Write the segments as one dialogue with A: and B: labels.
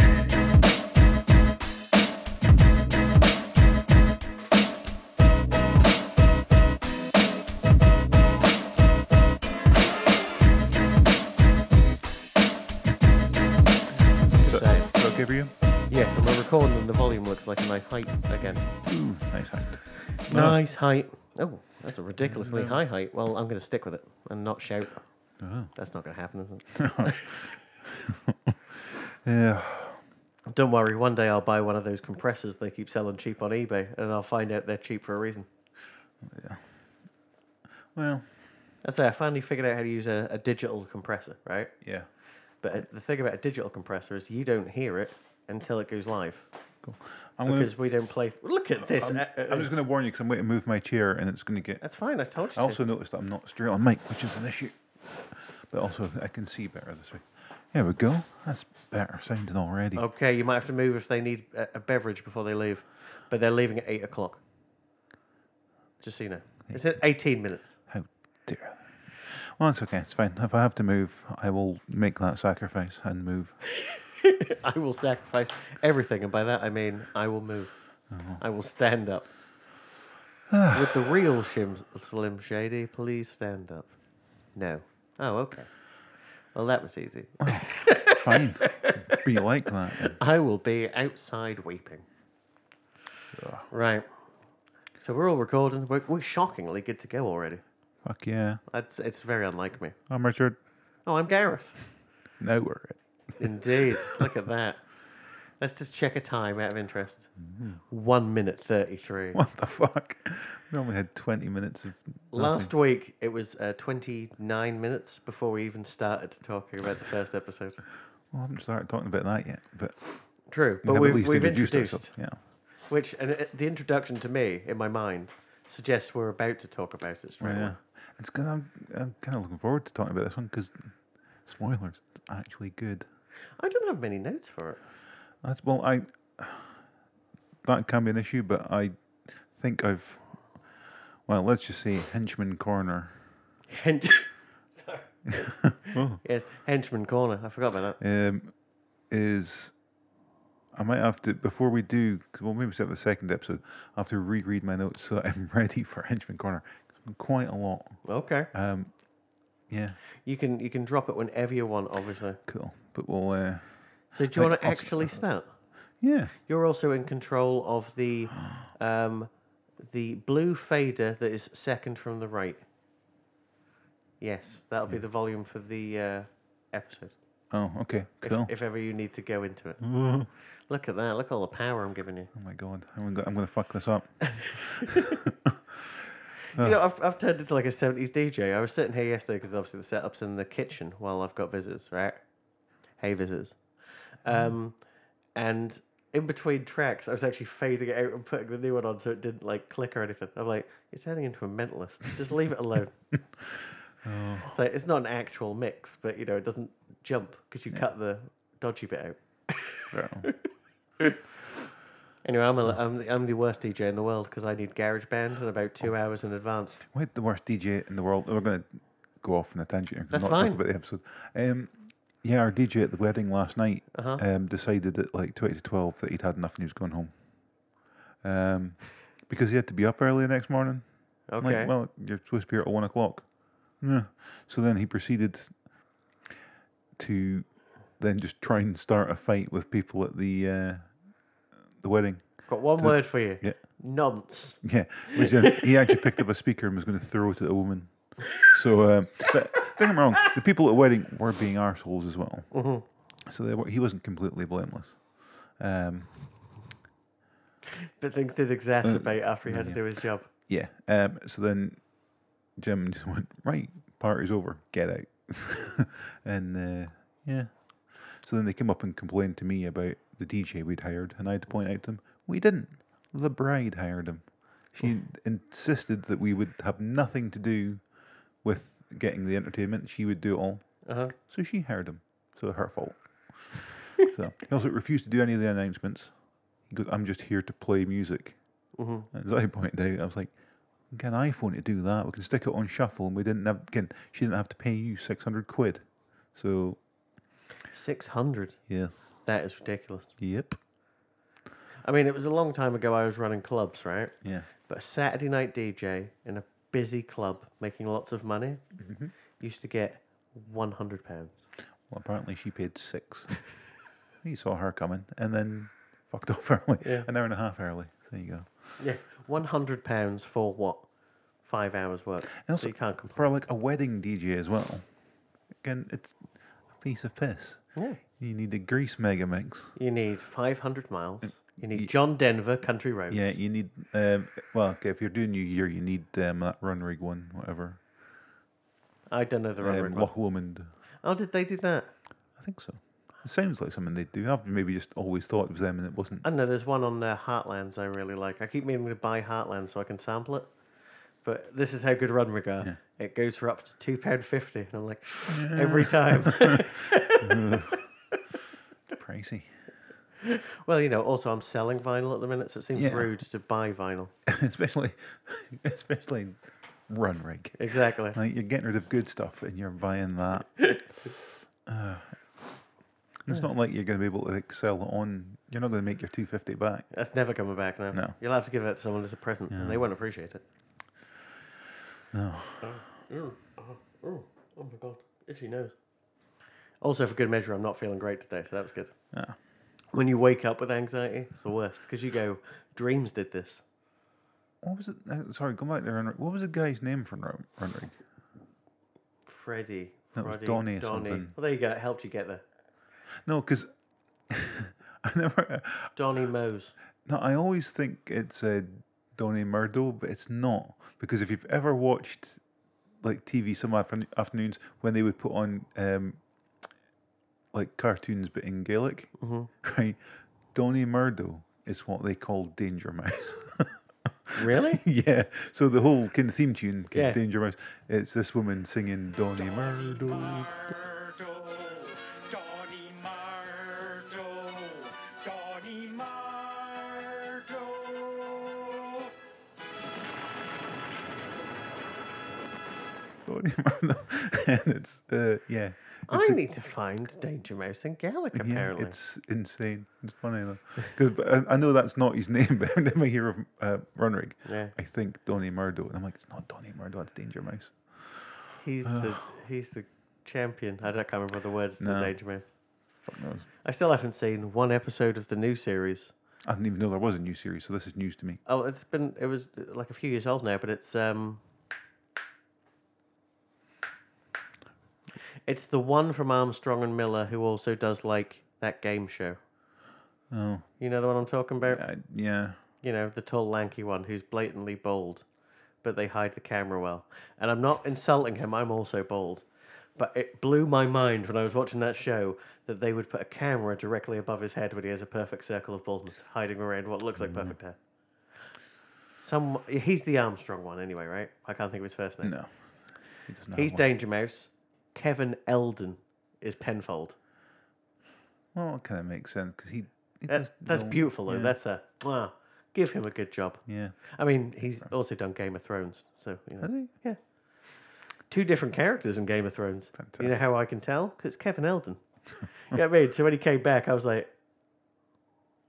A: Batman.
B: Just saying.
C: Okay for you?
B: Yes, and we're recording and the volume looks like a nice height again.
C: Nice height.
B: Nice height. Oh, that's a ridiculously high height. Well, I'm going to stick with it and not shout.
C: Oh.
B: That's not going to happen, is it?
C: Yeah.
B: Don't worry, one day I'll buy one of those compressors they keep selling cheap on eBay and I'll find out they're cheap for a reason.
C: Well,
B: That's it, I finally figured out how to use a, a digital compressor, right?
C: yeah.
B: But uh, the thing about a digital compressor is you don't hear it until it goes live
C: Cool. I'm gonna.
B: because we don't play. Look at this.
C: I'm,
B: uh, uh,
C: I'm just gonna warn you because I'm going to move my chair and it's going to get.
B: That's fine, I told you. to.
C: I also noticed that I'm not straight on mic, which is an issue. But also, I can see better this way. There we go. That's better sounding already.
B: Okay, you might have to move if they need a, a beverage before they leave, but they're leaving at eight o'clock. Just so you know, it's at eighteen minutes.
C: How dare. they. Well, it's okay. It's fine. If I have to move, I will make that sacrifice and move.
B: I will sacrifice everything, and by that I mean I will move. I will stand up. With the real shim, Slim Shady, please stand up. No. Oh, okay. Well, that was easy.
C: Fine. Be like that. then.
B: I will be outside weeping. Right. So we're all recording. We're, we're shockingly good to go already.
C: Fuck yeah.
B: That's, it's very unlike me.
C: I'm Richard.
B: Oh, I'm Gareth.
C: Now we're at.
B: Indeed. Look at that. Let's just check a time out of interest. One minute 33.
C: What the fuck? We only had 20 minutes of.
B: Last week, it was uh, 29 minutes before we even started talking about the first episode.
C: Well, I haven't started talking about that yet, but
B: True,
C: we
B: but
C: have
B: we
C: at
B: have
C: least
B: we've
C: introduced,
B: introduced,
C: ourselves.
B: which and uh, the introduction to me in my mind suggests we're about to talk about it
C: Yeah.
B: straight
C: yeah.
B: away.
C: It's because I'm, I'm kind of looking forward to talking about this one because, spoilers, it's actually good.
B: I don't have many notes for it.
C: That's Well, I. That can be an issue, but I think I've. Well, let's just say Henchman Corner.
B: Hench-
C: Oh.
B: Sorry. yes, Henchman Corner. I forgot about that.
C: um, is I might have to before we do. 'cause Well, maybe we set the second episode. I have to reread my notes so that I'm ready for Henchman Corner. 'cause I'm quite a lot.
B: Okay.
C: Um, yeah,
B: You can you can drop it whenever you want, obviously.
C: cool. But we'll. Uh,
B: So do you want
C: Like,
B: to
C: also-
B: actually start?
C: yeah,
B: You're also in control of the um, the blue fader that is second from the right. Yes, that'll be the volume for the uh, episode.
C: Oh, okay.
B: If,
C: Cool.
B: if ever you need to go into it. Look at that. Look at all the power I'm giving you.
C: oh my god, I'm gonna, I'm gonna fuck this up.
B: You know, I've, I've turned into like a 70s DJ. I was sitting here yesterday because obviously the setup's in the kitchen while I've got visitors, right? Hey, visitors. Um, and in between tracks, I was actually fading it out and putting the new one on so it didn't like click or anything. I'm like, you're turning into a mentalist. Just leave it alone. So it's not an actual mix, but you know, it doesn't jump because you cut the dodgy bit out.
C: Fair enough.
B: Anyway, I'm, a, I'm, the, I'm the worst DJ in the world because I need GarageBand in about two hours in advance.
C: We're the worst DJ in the world. We're going to go off on a tangent here. 'cause
B: That's
C: not
B: fine.
C: Talk about the episode. Um, yeah, our DJ at the wedding last night
B: Uh-huh.
C: um, decided at like twenty to twelve that he'd had enough and he was going home. Um, because he had to be up early the next morning. I'm
B: Okay.
C: Like, well, you're supposed to be here at one o'clock. Yeah. So then he proceeded to then just try and start a fight with people at the uh, the wedding.
B: Got one word for you.
C: Yeah.
B: Nonce.
C: Yeah, which then he actually picked up a speaker and was going to throw it at a woman. So, um, but don't get me wrong, the people at the wedding were being arseholes as well. So they were, he wasn't completely blameless. Um,
B: But things did exacerbate after he had to do his job.
C: Uh, yeah. Um, so then Jim just went, right, party's over, get out. and uh, yeah. So then they came up and complained to me about the DJ we'd hired, and I had to point out to them, we didn't. The bride hired him. She insisted that we would have nothing to do with getting the entertainment. She would do it all.
B: Uh-huh.
C: So she hired him. So her fault. so he also refused to do any of the announcements. He goes, I'm just here to play music. And As I pointed out, I was like, we can get an iPhone to do that. We can stick it on shuffle, and we didn't have. Again, she didn't have to pay you six hundred quid. So
B: Six hundred.
C: Yes.
B: That is ridiculous.
C: Yep.
B: I mean, it was a long time ago. I was running clubs, right?
C: Yeah.
B: But a Saturday night DJ in a busy club, making lots of money,
C: Mm-hmm.
B: used to get one hundred pounds.
C: Well, apparently she paid six. he saw her coming and then fucked off early,
B: Yeah.
C: an hour and a half early. There you go.
B: Yeah, one hundred pounds for what? Five hours work.
C: also-
B: so you can't complain.
C: For like a wedding DJ as well. Again, it's a piece of piss.
B: Yeah.
C: You need a grease mega mix.
B: You need five hundred miles. You need
C: y-
B: John Denver country roads.
C: Uh, Yeah, you need. Um, well, okay, if you're doing New Year, you need um, that run rig one, whatever.
B: I don't know the run
C: Um,
B: road one.
C: Loch Lomond.
B: Oh, did they do that?
C: I think so. It sounds like something they do. I've maybe just always thought it was them and it wasn't.
B: I know there's one on uh, Heartlands I really like. I keep meaning to buy Heartlands so I can sample it. But this is how good Runrig are. It goes for up to two pound fifty, and I'm like, every time.
C: Pricey.
B: well, you know. Also, I'm selling vinyl at the minute, so it seems
C: Yeah.
B: rude to buy vinyl.
C: especially, especially run rig.
B: Exactly.
C: Like you're getting rid of good stuff and you're buying that. Uh, it's not like you're going to be able to like sell it on. You're not going to make your 250 back.
B: That's never coming back now.
C: No.
B: You'll have to give that to someone as a present, and they won't appreciate it.
C: No.
B: Oh, oh, oh my god, itchy nose. Also, for good measure, I'm not feeling great today, so that was good.
C: Ah.
B: When you wake up with anxiety, it's the worst because you go, "Dreams did this."
C: What was it? uh, Sorry, go back there. Run rig. What was the guy's name from run, run rig?
B: Freddie.
C: That was
B: Freddie,
C: Donny or something.
B: Well, there you go. It helped you get there.
C: No, because I never.
B: Donny Mose.
C: No, I always think it's uh, Donnie Murdo, but it's not because if you've ever watched like TV some aftern- afternoons when they would put on um, like cartoons but in Gaelic,
B: Mm-hmm.
C: right? Donnie Murdo is what they call Danger Mouse.
B: Really?
C: yeah, so the whole kind of theme tune, kind
B: Yeah.
C: of Danger Mouse, it's this woman singing Donnie Murdo.
A: Donny Mardo, Donny Mardo.
C: Donnie Murdo, and it's uh, yeah,
B: I
C: it's a-
B: need to find Danger Mouse in Gaelic. Apparently,
C: Yeah, it's insane. It's funny though, because I, I know that's not his name, but every time I hear of uh, Runrig,
B: Yeah.
C: I think Donny Murdo, and I'm like, it's not Donny Murdo, it's Danger Mouse.
B: he's the he's the champion. I don't can't remember the words to
C: uh, No.
B: Danger Mouse.
C: Fuck knows.
B: I still haven't seen one episode of the new series.
C: I didn't even know there was a new series, so this is news to me.
B: Oh, it's been it was uh, like a few years old now, but it's um, it's the one from Armstrong and Miller who also does like that game show.
C: Oh,
B: You know the one I'm talking about.
C: I, uh, yeah.
B: you know, the tall, lanky one who's blatantly bald, but they hide the camera well. And I'm not insulting him, I'm also bald. But it blew my mind when I was watching that show that they would put a camera directly above his head when he has a perfect circle of baldness hiding around what looks
C: Mm.
B: like perfect hair. Some he's the Armstrong one anyway, right? I can't think of his first name.
C: No, he doesn't.
B: he's
C: have one.
B: Danger Mouse. Kevin Eldon is Penfold.
C: Well, it kind of makes sense because he. he
B: That-
C: does
B: that's
C: know-
B: beautiful though.
C: Yeah.
B: That's a wow. Give him a good job.
C: yeah.
B: I mean, he's also done Game of Thrones, so you know.
C: Has he?
B: Yeah. Two different characters in Game of Thrones. You know how I can tell? Because it's Kevin Eldon. you know what I mean? So when he came back, I was like,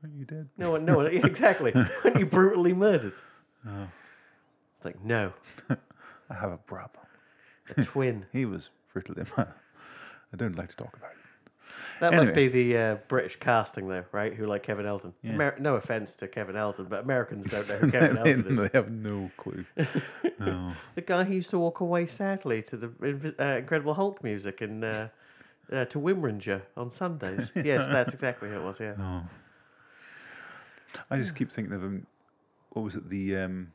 C: Are you dead?
B: no one, no one, yeah, exactly. When you brutally murdered.
C: Oh.
B: It's like, no,
C: I have a brother.
B: a twin.
C: He was brutally. I don't like to talk about it.
B: That must be
C: Anyway.
B: the uh, British casting, though, right? Who like Kevin Eldon. Amer- no offense to Kevin Eldon, but Americans don't know who Kevin Eldon is.
C: they have no clue.
B: The guy who used to walk away sadly to the Invi- uh, Incredible Hulk music and uh, uh, to Wimringer on Sundays. yes, that's exactly who it was, yeah.
C: Oh. I just keep thinking of him. What was it? The um,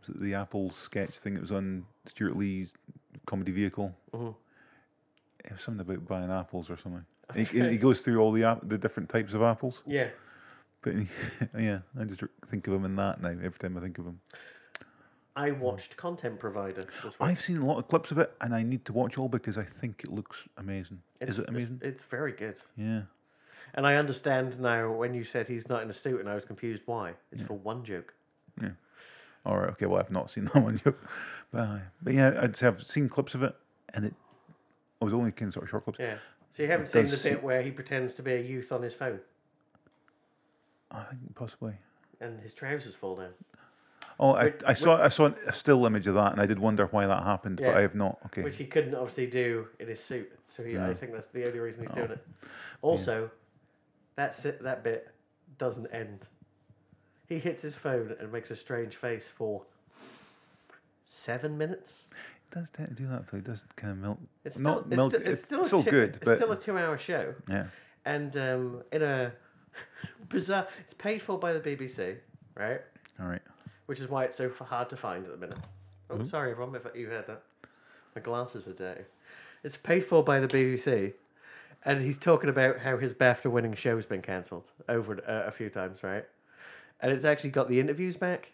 C: was it the Apple sketch thing that was on Stuart Lee's comedy vehicle?
B: Mm-hmm.
C: It was something about buying apples or something. He, he- he goes through all the app, the different types of apples.
B: Yeah.
C: But he, yeah, I just think of him in that now. Every time I think of him,
B: I watched Content Provider this week.
C: I've seen a lot of clips of it, and I need to watch all because I think it looks amazing. Is it amazing?
B: It's, it's very good.
C: yeah.
B: And I understand now when you said he's not in a suit and I was confused why. It's for one joke.
C: All right. Okay. Well, I've not seen that one yet. But, uh, but yeah, I'd say I've seen clips of it, and it. I was only kind of sort of short clips.
B: Yeah. So you haven't
C: It
B: seen the
C: does
B: bit
C: se-
B: where he pretends to be a youth on his phone
C: I think possibly.
B: and his trousers fall down.
C: Oh, I,
B: Which-
C: I saw I saw a still image of that, and I did wonder why that happened,
B: Yeah.
C: but I have not. Okay,
B: Which he couldn't obviously do in his suit. So he, I
C: No.
B: think that's the only reason he's
C: Oh.
B: doing it. Also, that's it, that bit doesn't end. He hits his phone and makes a strange face for seven minutes.
C: he does tend to do that, though. He does kind of milk.
B: It's still,
C: not
B: it's
C: milk.
B: still- it's still, a two-
C: good,
B: It's
C: but
B: still a two-hour show,
C: yeah,
B: and um, in a bizarre, it's paid for by the BBC, right?
C: all right.
B: Which is why it's so f- hard to find at the minute. Oh,
C: Mm-hmm.
B: sorry, everyone, if you heard that. My glasses are dirty. It's paid for by the BBC, and he's talking about how his BAFTA winning show's been cancelled over and- uh, a few times, right? And it's actually got the interviews back.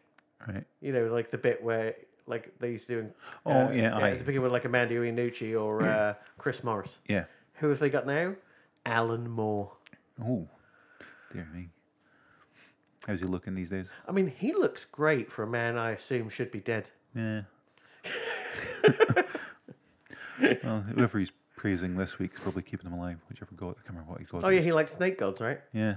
C: Right.
B: You know, like the bit where like they used to do. In,
C: Oh,
B: uh,
C: yeah, aye.
B: at the beginning with like Amanda Iannucci or uh, Chris Morris.
C: Yeah.
B: Who have they got now? Alan Moore.
C: Oh, dear me. How's he looking these days?
B: I mean, he looks great for a man I assume should be dead.
C: Yeah. well, whoever he's praising this week's probably keeping him alive. Whichever god, I can't remember what he called.
B: Oh yeah, he likes snake gods, right?
C: Yeah.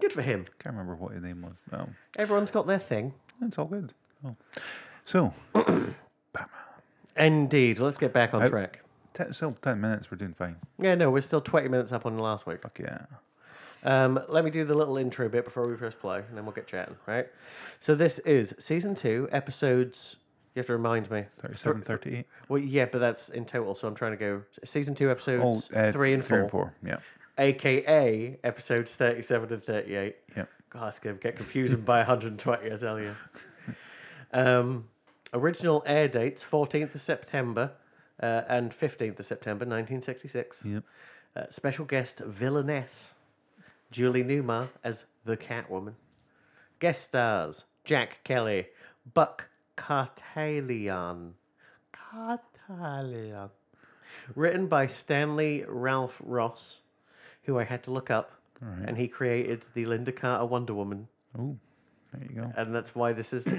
B: Good for him.
C: Can't remember what his name was. Oh,
B: Everyone's got their thing.
C: it's all good. Oh. So,
B: Indeed. Let's get back on
C: I-
B: track.
C: ten, still ten minutes. We're doing fine.
B: Oh.
C: uh,
B: Yeah, no, we're still 20 minutes up on last week.
C: Fuck yeah.
B: Um, let me do the little intro bit before we press play, and then we'll get chatting, right? So this is season two, episodes. You have to remind me.
C: 37, 38.
B: Well, yeah, but that's in total, so I'm trying to go season two,
C: Oh,
B: episodes
C: uh,
B: three and four,
C: Three and four. Yeah.
B: aka episodes 37 and 38.
C: Yeah.
B: God, it's going to get confusing by 120, I tell you. Um, original air dates 14th of September uh, and 15th of September 1966.
C: Yep.
B: Uh, special guest villainess Julie Newmar as the Catwoman. Guest stars Jack Kelly, Buck Cartalian. Cartalian. Written by Stanley Ralph Ross, who I had to look up, and he created the Linda Carter Wonder Woman,
C: Oh, there you go.
B: and that's why this is,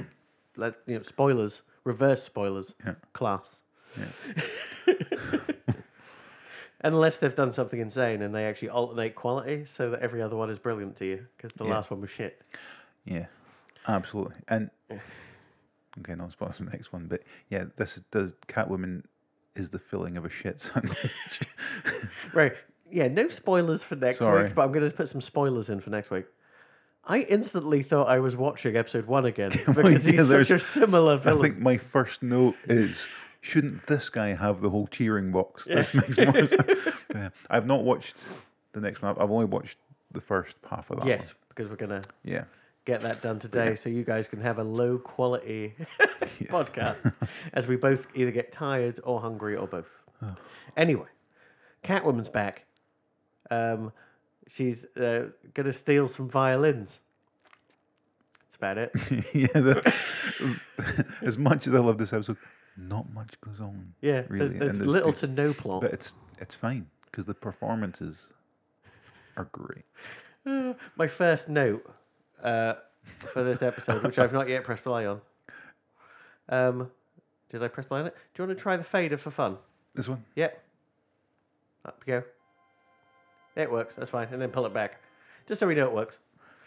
B: let you know, spoilers, reverse spoilers,
C: Yeah.
B: class. Unless they've done something insane and they actually alternate quality so that every other one is brilliant to you because the last one was shit.
C: Yeah, absolutely. And okay, not spoil the next one, but yeah, this is- does Catwoman is the filling of a shit sandwich.
B: Right. Yeah, no spoilers for next
C: Sorry.
B: week, but I'm going to put some spoilers in for next week. I instantly thought I was watching episode one again because
C: yeah,
B: he's such
C: there's-
B: a similar
C: I
B: villain.
C: think my first note is. Shouldn't this guy have the whole cheering box? This makes more sense. Yeah. I've not watched the next one. I've- I've only watched the first half of that.
B: Yes, because we're going to
C: One. Yeah.
B: get that done today so you guys can have a low quality podcast as we both either get tired or hungry or both.
C: Oh.
B: Anyway, Catwoman's back. Um, she's uh, going to steal some violins. That's about it.
C: yeah, that's, as much as I love this episode, not much goes on.
B: Yeah,
C: really.
B: there's,
C: and
B: there's little
C: good-
B: to no plot.
C: but it's it's fine because the performances are great.
B: Uh, My first note uh, for this episode, which I've not yet pressed play on. Um, did I press play on it? Do you want to try the fader for fun?
C: This one,
B: Yep. Up we go. It works. That's fine. And then pull it back. Just so we know it works.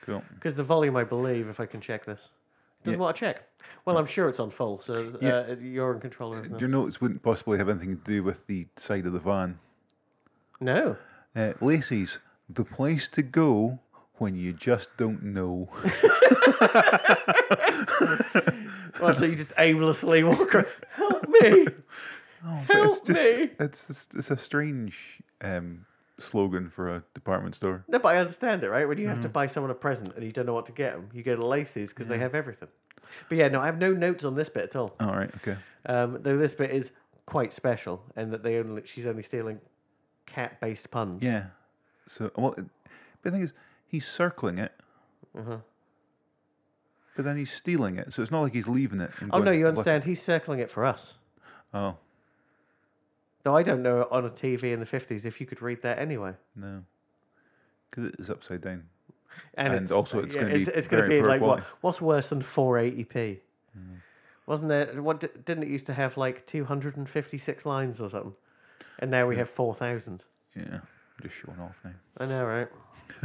C: cool.
B: Because the volume, I believe, if I can check this, it doesn't
C: Yeah.
B: want to check. Well, I'm sure it's on full, so uh,
C: Yeah.
B: you're in control of
C: Your
B: it.
C: notes wouldn't possibly have anything to do with the side of the van.
B: No.
C: Uh, Lacey's the place to go when you just don't know.
B: Well, so you just aimlessly walk around. Help me.
C: Oh, it's
B: Help
C: just
B: me.
C: it's just- it's a strange um, slogan for a department store.
B: No, but I understand it, right? When you have to buy someone a present and you don't know what to get them, you go to Lacey's because they have everything. But yeah, no, I have no notes on this bit at all.
C: All right, okay.
B: Um, though this bit is quite special, and that they only she's only stealing cat-based puns.
C: Yeah. So well, it, but the thing is, he's circling it.
B: Mm-hmm.
C: But then he's stealing it, so it's not like he's leaving it. And
B: Oh
C: going
B: no, you
C: left-
B: understand? He's circling it for us.
C: Oh
B: Though I don't know on a TV in the fifties if you could read that anyway.
C: no, because it's upside down.
B: And,
C: And also it's gonna be
B: gonna
C: very Mm. poor
B: like what?
C: quality.
B: What's worse than 480p? Wasn't there? What di- didn't it used to have like 256 lines or something? And now we have 4,000.
C: Yeah, just showing off now.
B: I know, right?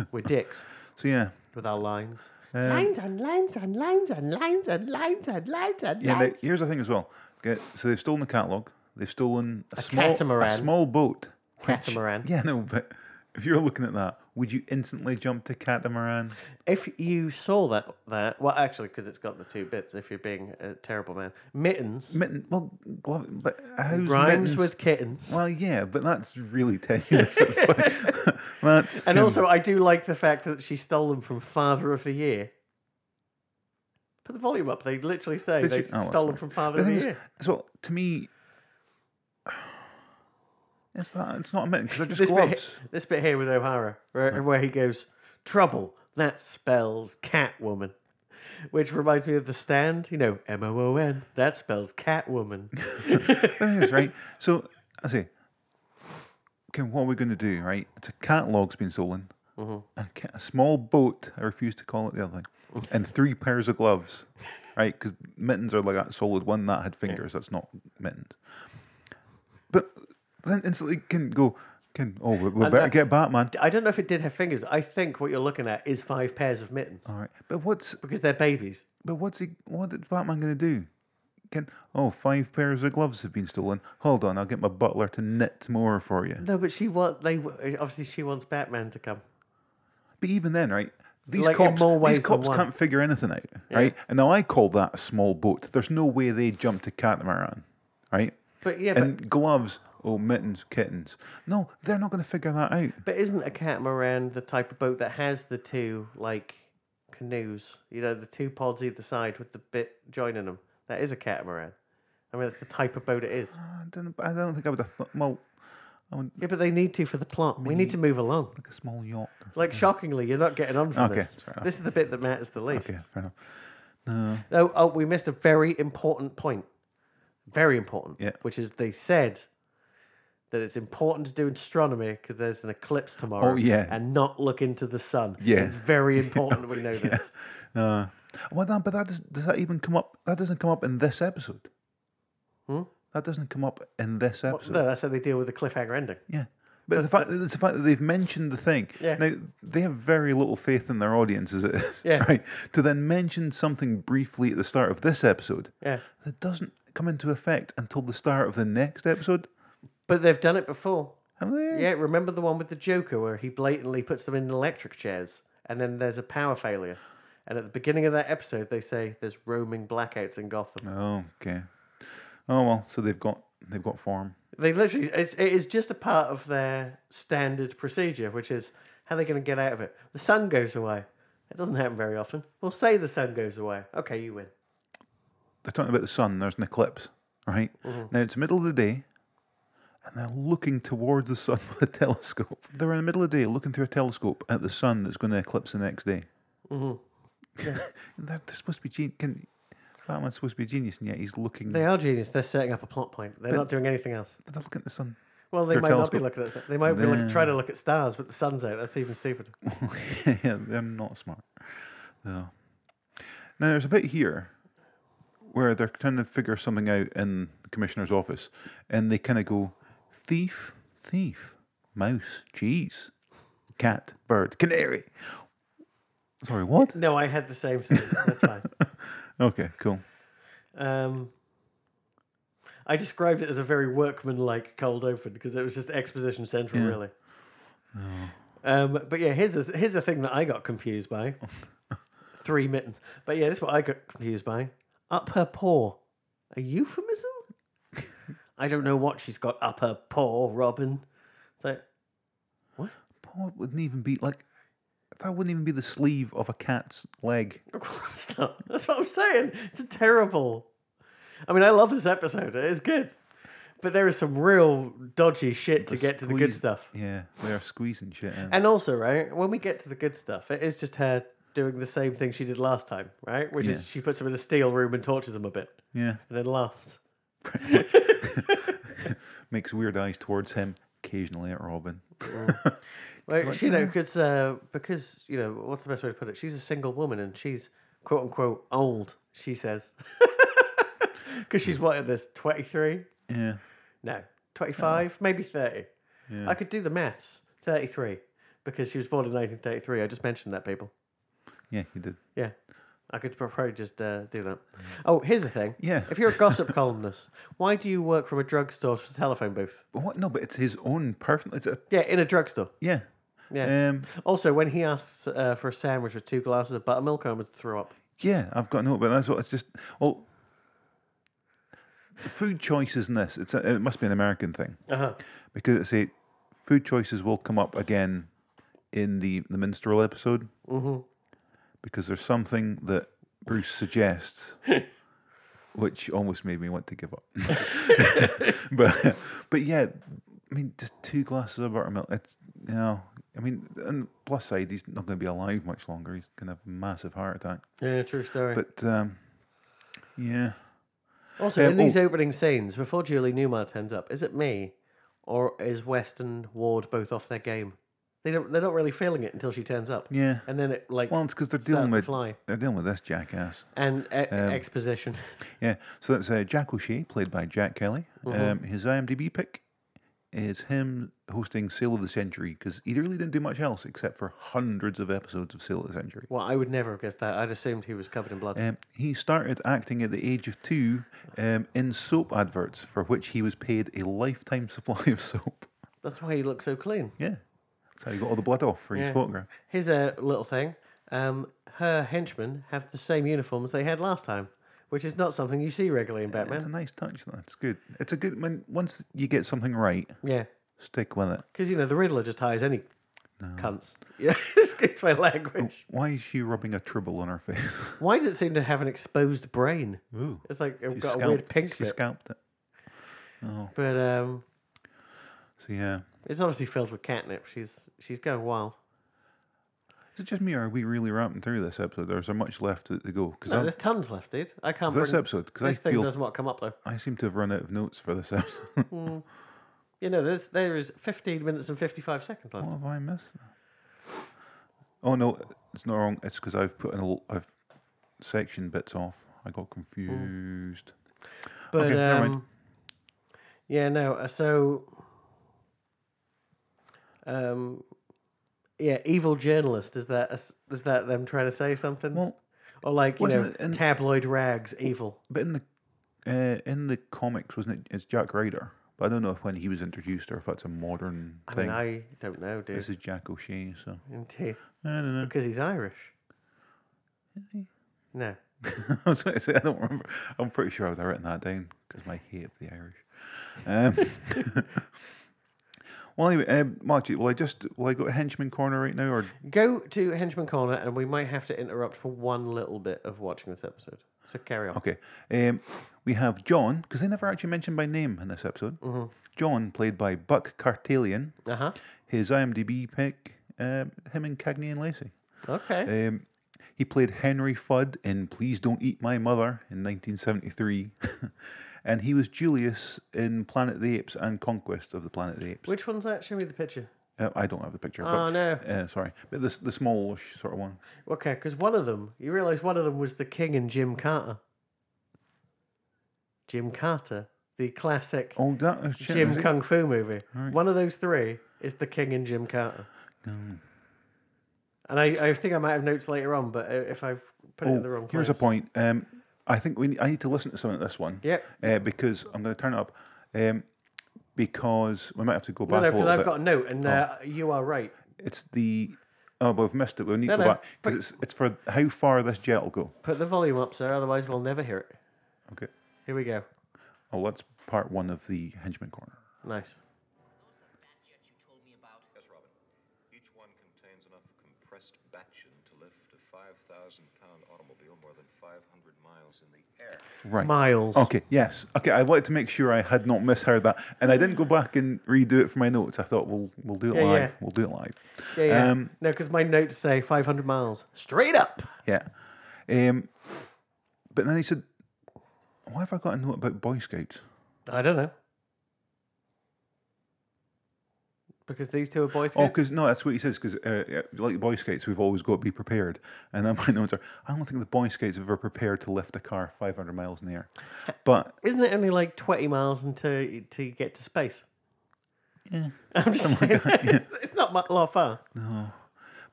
B: We're dicks
C: So yeah,
B: with our lines.
C: um,
B: and lines and lines and lines and lines and lines and
C: Yeah, now, here's the thing as well. Okay, so they've stolen the catalogue. They've stolen a, small
B: catamaran.
C: a small boat.
B: Catamaran.
C: Yeah, no, but if you're looking at that, would you instantly jump to catamaran?
B: If you saw that, that well, actually, because it's got the two bits. If you're being a terrible man, mittens
C: Mitten, well, glove, but how's
B: rhymes
C: mittens-
B: with kittens.
C: Well, yeah, but that's really tenuous. It's like, that's
B: And
C: kind
B: also,
C: of-
B: I do like the fact that she stole them from Father of the Year. Put the volume up. They literally say
C: Did
B: they
C: she- oh,
B: stole them
C: that's
B: from
C: fine.
B: Father
C: The
B: of the
C: thing is-
B: Year.
C: So to me, it's that it's not a mitten because they're just
B: This bit,
C: gloves.
B: he- this bit here with O'Hara, where, where he goes, Trouble, that spells Catwoman. Which reminds me of the stand, you know, M O O N, that spells Catwoman.
C: The thing is, right? So I say, okay, what are we going to do? Right? It's a catalog's been stolen. A, ca- a small boat. I refuse to call it the other thing. And three pairs of gloves, right? Because mittens are like that solid one that had fingers. That's not mittens. But then instantly can go. Can oh we, we better
B: that-
C: get Batman.
B: I don't know if it did have fingers. I think what you're looking at is five pairs of mittens
C: All right, but what's
B: because they're babies.
C: But what's he? What is Batman going to do? Can oh, five pairs of gloves have been stolen. Hold on, I'll get my butler to knit more for you.
B: No, but she want they obviously she wants Batman to come.
C: But even then, right? These
B: Like, in
C: cops,
B: more ways
C: these
B: than
C: cops
B: one.
C: can't figure anything out, right? And now I call that a small boat. There's no way they jump to catamaran, right?
B: But yeah, but,
C: and gloves, oh, mittens, kittens. No, they're not going to figure that out.
B: but isn't a catamaran the type of boat that has the two like canoes? You know, the two pods either side with the bit joining them. That is a catamaran. I mean, that's the type of boat it is.
C: I don't, I don't think I would have thought. Well,
B: Yeah, but they need to for the plot. We need to move along.
C: like a small yacht. Or,
B: Like shockingly, you're not getting on from
C: Okay,
B: this.
C: fair enough.
B: This is the bit that matters the least.
C: yeah, fair enough.
B: Oh, oh, we missed a very important point. Very important.
C: Yeah.
B: Which is they said that it's important to do astronomy because there's an eclipse tomorrow.
C: Oh, yeah.
B: And not look into the sun.
C: Yeah.
B: It's very important we know this.
C: Uh, well, that, but that does, does that even come up? That doesn't come up in this episode.
B: Hmm?
C: That doesn't come up in this episode.
B: No, that's how they deal with the cliffhanger ending.
C: Yeah, but the fact that it's the fact that they've mentioned the thing.
B: Yeah.
C: Now they have very little faith in their audience as it is.
B: Yeah.
C: Right. To then mention something briefly at the start of this episode
B: Yeah.
C: that doesn't come into effect until the start of the next episode.
B: But they've done it before.
C: Have they?
B: Yeah, remember the one with the Joker where he blatantly puts them in electric chairs and then there's a power failure. And at the beginning of that episode, they say there's roaming blackouts in Gotham.
C: Oh, okay. Oh well, so they've got they've got form.
B: They literally, it's, it is just a part of their standard procedure, which is how they're going to get out of it. The sun goes away. It doesn't happen very often. We'll say the sun goes away. Okay, you win.
C: They're talking about the sun. There's an eclipse. Right. Now it's middle of the day. And they're looking towards the sun with a telescope. They're in the middle of the day looking through a telescope at the sun that's going to eclipse the next day. They're, they're supposed to be gen- can, Batman's supposed to be a genius, and yet he's looking.
B: They are genius. They're setting up a plot point. They're not doing anything else.
C: But they're looking at the sun.
B: Well, they
C: Their
B: might not be
C: telescope.
B: looking at. They might be look, trying to look at stars, but the sun's out. That's even stupider.
C: yeah, they're not smart. No. Now there's a bit here where they're trying to figure something out in the commissioner's office, and they kind of go, "Thief, thief, mouse, cheese, cat, bird, canary." Sorry, what?
B: No, I had the same thing. That's fine.
C: Okay, cool.
B: Um, I described it as a very workman-like cold open because it was just exposition central, really. Um, but yeah, here's a, here's a thing that I got confused by. Three mittens. But yeah, this is what I got confused by. Up her paw, a euphemism. I don't know what she's got up her paw, Robin. It's like
C: Paul wouldn't even be like that. Wouldn't even be the sleeve of a cat's leg.
B: Of course not. That's what I'm saying. It's terrible. I mean, I love this episode. It is good. But there is some real dodgy shit to get to the good
C: Squeeze-
B: stuff.
C: Yeah, they're squeezing shit in.
B: And also, right, when we get to the good stuff, it is just her doing the same thing she did last time, right? Which is she puts them in a steel room and tortures them a bit
C: yeah.
B: and then laughs.
C: makes weird eyes towards him occasionally at Robin.
B: Well, you know, because uh, because you know, what's the best way to put it? She's a single woman, and she's quote unquote old. She says, because she's what at this twenty three?
C: Yeah,
B: No, 25, maybe 30.
C: Yeah.
B: I could do the maths. 33, because she was born in 1933. I just mentioned that, people.
C: Yeah, you did.
B: Yeah. I could pro- probably just uh, do that. Oh, here's the thing.
C: Yeah.
B: If you're a gossip columnist, why do you work from a drugstore to a telephone booth?
C: But what? No, but it's his own personal. It's a
B: Yeah, in a drugstore.
C: yeah.
B: Yeah.
C: Um,
B: Also, when he asks uh, for a sandwich with two glasses of buttermilk, I almost throw up.
C: yeah, I've got no. But that's what it's just. Well, food choices in this. It's a, it must be an American thing
B: Uh huh.
C: because it's a food choices will come up again in the the minstrel episode
B: Mm-hmm.
C: because there's something that Bruce suggests. Which almost made me want to give up, but but yeah, I mean, just two glasses of buttermilk. It's you know, I mean, and plus side, he's not going to be alive much longer. He's going to have a massive heart attack.
B: Yeah, true story.
C: But um, yeah,
B: also,
C: um,
B: in these
C: oh.
B: opening scenes, before Julie Newmar turns up, is it me or is West and Ward both off their game? They don't. They're not really feeling it until she turns up.
C: yeah.
B: And then it like
C: Well, it's because they're
B: starts
C: dealing
B: to
C: with
B: fly
C: they're dealing with this jackass.
B: and e-
C: Um.
B: exposition.
C: Yeah. So that's uh, Jack O'Shea, played by Jack Kelly.
B: Mm-hmm.
C: Um, his IMDb pick is him hosting Sale of the Century because he really didn't do much else except for hundreds of episodes of Sale of the Century.
B: Well, I would never have guessed that. I'd assumed he was covered in blood.
C: Um, he started acting at the age of two um, in soap adverts, for which he was paid a lifetime supply of soap.
B: That's why he looks so clean.
C: Yeah, that's how he got all the blood off for his
B: Yeah.
C: photograph.
B: Here's a little thing. Um, her henchmen have the same uniforms they had last time, which is not something you see regularly in
C: It's a
B: Batman.
C: nice touch. That's good. It's a good when once you get something right,
B: Yeah,
C: stick with it.
B: because you know the Riddler just hires any cunts. Yeah, excuse my language.
C: Why is she rubbing a tribble on her face?
B: Why does it seem to have an exposed brain?
C: Ooh,
B: It's like I've
C: she
B: got
C: scalped.
B: a weird pink
C: she
B: bit,
C: scalped it.
B: but um,
C: So yeah,
B: it's obviously filled with catnip. She's she's going wild.
C: is it just me or are we really ramping through this episode? Or is there much left to, to go? Because
B: No, there's tons left, dude. I can't.
C: this
B: bring,
C: episode, because I
B: this thing
C: feel
B: doesn't want to come up though.
C: I seem to have run out of notes for this episode.
B: You know, there's, there is 15 minutes and 55 seconds left.
C: what have I missed? Oh no, it's not wrong. It's because I've put in a l- I've sectioned bits off. I got confused.
B: But
C: Okay, never mind.
B: um, yeah, no. uh, So, um, yeah, evil journalist is that is that them trying to say something
C: Well,
B: or like you
C: wasn't
B: know
C: it in-
B: tabloid rags evil?
C: But in the uh, in the comics, wasn't it? It's Jack Ryder. But I don't know if when he was introduced or if that's a modern
B: I
C: thing.
B: mean, I don't know, dude.
C: This is Jack O'Shea, so
B: Indeed,
C: I don't know.
B: because he's Irish. No,
C: I was going to say I don't remember. I'm pretty sure I'd have written that down because my hate of the Irish. Um, well, anyway, um, Margie, will I just will I go to henchman corner right now, or
B: go to Henchman Corner, and we might have to interrupt for one little bit of watching this episode. So carry on.
C: okay? Um, we have John because they never actually mentioned by name in this episode. John, played by Buck Cartelian.
B: Uh huh.
C: His IMDb pick, um, him and Cagney and Lacey.
B: Okay.
C: Um, he played Henry Fudd in Please Don't Eat My Mother in 1973. and he was Julius in Planet of the Apes and Conquest of the Planet of the Apes.
B: Which one's that? Show me the picture.
C: Uh, I don't have the picture.
B: Oh no.
C: but, uh, sorry. But this the small sort of one.
B: Okay, because one of them, you realise one of them was the King and Jim Carter. Jim Carter, the classic
C: Oh, that was shit,
B: Jim
C: was it?
B: Kung Fu movie. One of those three is the King and Jim Carter. And I, I think I might have notes later on, but i- if I've put it
C: Oh,
B: in the wrong place.
C: here's a point. Um, I think we need, I need to listen to some of this one.
B: Yep.
C: Uh, because I'm going to turn it up. Um, because we might have to go
B: No,
C: back
B: no,
C: a
B: because
C: little
B: I've
C: bit.
B: got a note, and uh, you are right.
C: It's the. Oh, but we've missed it. We need
B: No,
C: to go
B: no,
C: back because it's it's for how far this jet will go.
B: Put the volume up, sir, otherwise we'll never hear it.
C: Okay.
B: Here we go.
C: Oh, that's part one of the henchman corner.
B: Nice.
D: jet you told me about?
E: Yes, Robin. Each one contains enough compressed batchin to lift a 5,000 pound automobile more than 500 miles in the air.
C: Right.
B: Miles.
C: Okay. Yes. Okay. I wanted to make sure I had not misheard that, and I didn't go back and redo it for my notes. I thought we'll we'll do it
B: Yeah,
C: live.
B: yeah.
C: We'll do it live.
B: Yeah, yeah.
C: Um,
B: no, because my notes say 500 miles. Straight up.
C: Yeah. Um, but then he said, "Why have I got a note about Boy Scouts?"
B: I don't know. Because these two are boys.
C: Oh, because no, that's what he says. Because uh, yeah, like the Boy Scouts, we've always got to be prepared. And then my notes are, I don't think the Boy Scouts have ever prepared to lift a car 500 miles in the air. But
B: Uh, isn't it only like twenty miles until you, till you get to space?
C: Yeah.
B: I'm just
C: Something
B: saying,
C: like that, Oh yeah.
B: it's, it's not mu- a lot of fun.
C: No,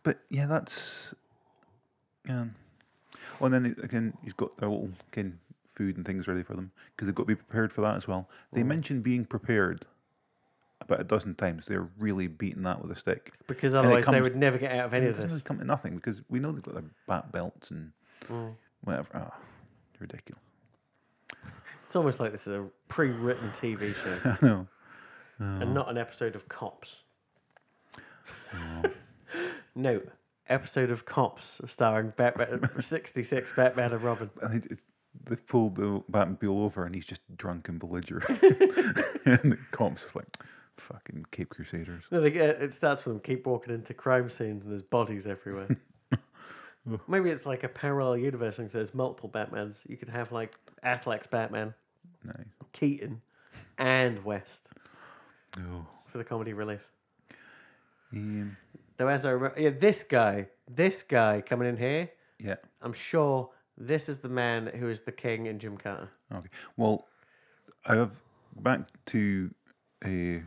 C: but yeah, that's yeah. Well, and then it- again, he's got their little kin food and things ready for them because they've got to be prepared for that as well. They mentioned being prepared about a dozen times. They're really beating that with a stick.
B: Because
C: And it
B: otherwise they
C: comes-
B: would never get out of any
C: It
B: of
C: doesn't
B: this.
C: really come to nothing because we know they've got their bat belts and whatever. Ah, ridiculous.
B: It's almost like this is a pre-written TV show
C: I know.
B: and not an episode of Cops. Note: episode of Cops starring Batman, 66 Batman and Robin.
C: I think it's, they've pulled the bat and Bill over, and he's just drunk and belligerent. and the comps is like, fucking Cape Crusaders.
B: No, they get, it starts with them keep walking into crime scenes and there's bodies everywhere. Maybe it's like a parallel universe and there's multiple Batmans. You could have like Affleck's Batman,
C: Nice.
B: Keaton, and West
C: No.
B: for the comedy relief.
C: Um,
B: Though as I remember, yeah, this guy, this guy coming in here,
C: yeah.
B: I'm sure this is the man who is the king in Jim Carter.
C: Okay. Well, I have back to a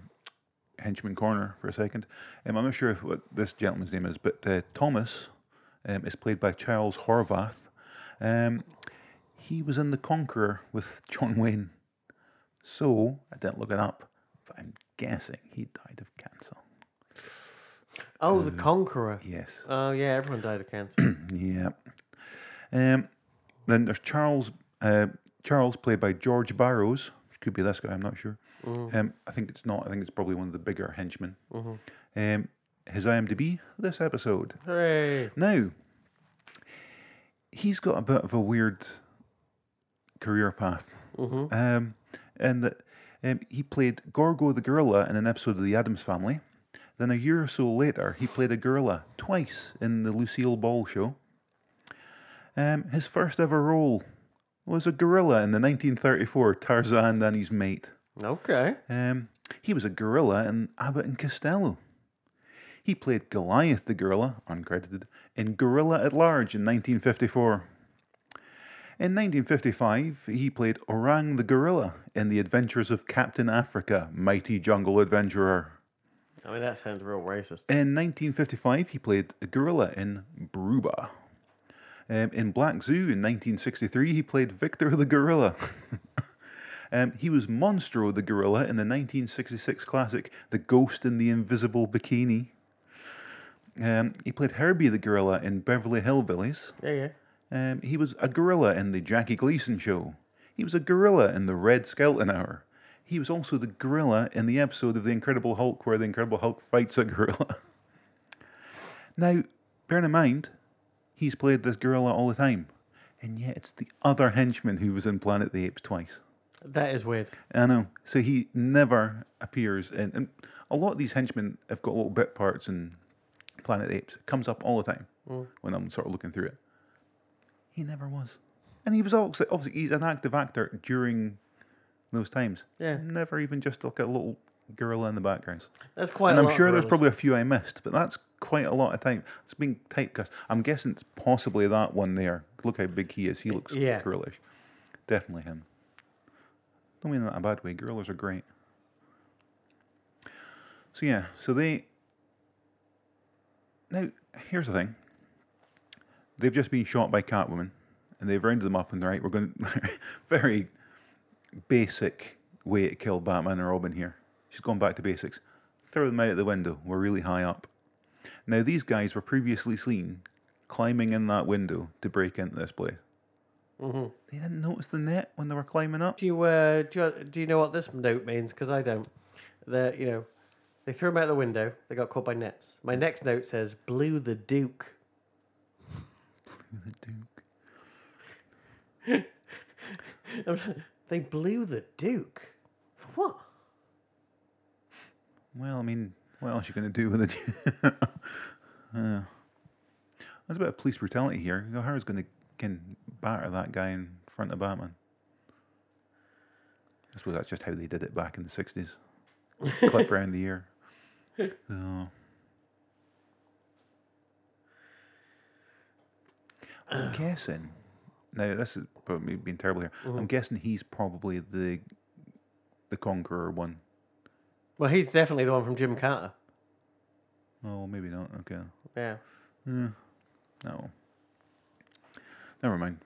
C: henchman corner for a second. Um, I'm not sure if what this gentleman's name is, but uh, Thomas um, is played by Charles Horvath. Um, he was in The Conqueror with John Wayne, so I didn't look it up, but I'm guessing he died of cancer.
B: Oh, the Conqueror.
C: Yes.
B: Oh yeah, everyone died of cancer.
C: Yeah. Um, then there's Charles. Uh, Charles, played by George Barrows, which could be this guy. I'm not sure. Um, I think it's not. I think it's probably one of the bigger henchmen. Um, his IMDb this episode.
B: Hooray!
C: Now, he's got a bit of a weird career path. Um, and that um, he played Gorgo the gorilla in an episode of The Adams Family. Then a year or so later, he played a gorilla twice in the Lucille Ball show. Um, his first ever role was a gorilla in the 1934 Tarzan and His Mate.
B: Okay.
C: Um, he was a gorilla in Abbott and Costello. He played Goliath the gorilla, uncredited, in Gorilla at Large in 1954. In 1955, he played Orang the gorilla in The Adventures of Captain Africa, Mighty Jungle Adventurer.
B: I mean, that sounds real racist.
C: In 1955, he played a gorilla in Bruba. Um, in Black Zoo in 1963, he played Victor the gorilla. um, he was Monstro the gorilla in the 1966 classic The Ghost in the Invisible Bikini. Um, he played Herbie the gorilla in Beverly Hillbillies.
B: Yeah, yeah.
C: Um, he was a gorilla in the Jackie Gleason show. He was a gorilla in the Red Skeleton Hour. He was also the gorilla in the episode of The Incredible Hulk where the Incredible Hulk fights a gorilla. now, bearing in mind, he's played this gorilla all the time, and yet it's the other henchman who was in Planet of the Apes twice.
B: That is weird.
C: I know. So he never appears in. And a lot of these henchmen have got little bit parts in Planet of the Apes. It comes up all the time when I'm sort of looking through it. He never was. And he was also, obviously, he's an active actor during those times.
B: Yeah.
C: Never even just like a little gorilla in the background.
B: That's quite. a
C: And I'm
B: lot of
C: sure there's
B: gorillas.
C: probably a few I missed, but that's quite a lot of time. It's being typecast. I'm guessing it's possibly that one there. Look how big he is. He looks
B: Yeah.
C: girlish. Definitely him. Don't mean that in a bad way. Gorillas are great. So yeah, so they now here's the thing. They've just been shot by Catwoman, and they've rounded them up and right, we're going very basic way to kill Batman and Robin here. She's gone back to basics. Throw them out the window. We're really high up. Now these guys were previously seen climbing in that window to break into this place. They didn't notice the net when they were climbing up.
B: Do you uh, do you, do you know what this note means? Because I don't. The you know, they threw him out the window. They got caught by nets. My next note says blew the Duke.
C: The Duke.
B: I'm s- they blew the Duke. For what?
C: Well, I mean, what else you gonna do with it? uh, that's about police brutality here. O'Hara's gonna can batter that guy in front of Batman. I suppose that's just how they did it back in the sixties. Clip round the ear. So. I'm guessing. Now this is probably being terrible here. I'm guessing he's probably the the conqueror one
B: Well, he's definitely the one from Jim Carter.
C: Oh, maybe not. Okay.
B: Yeah.
C: No. Never mind.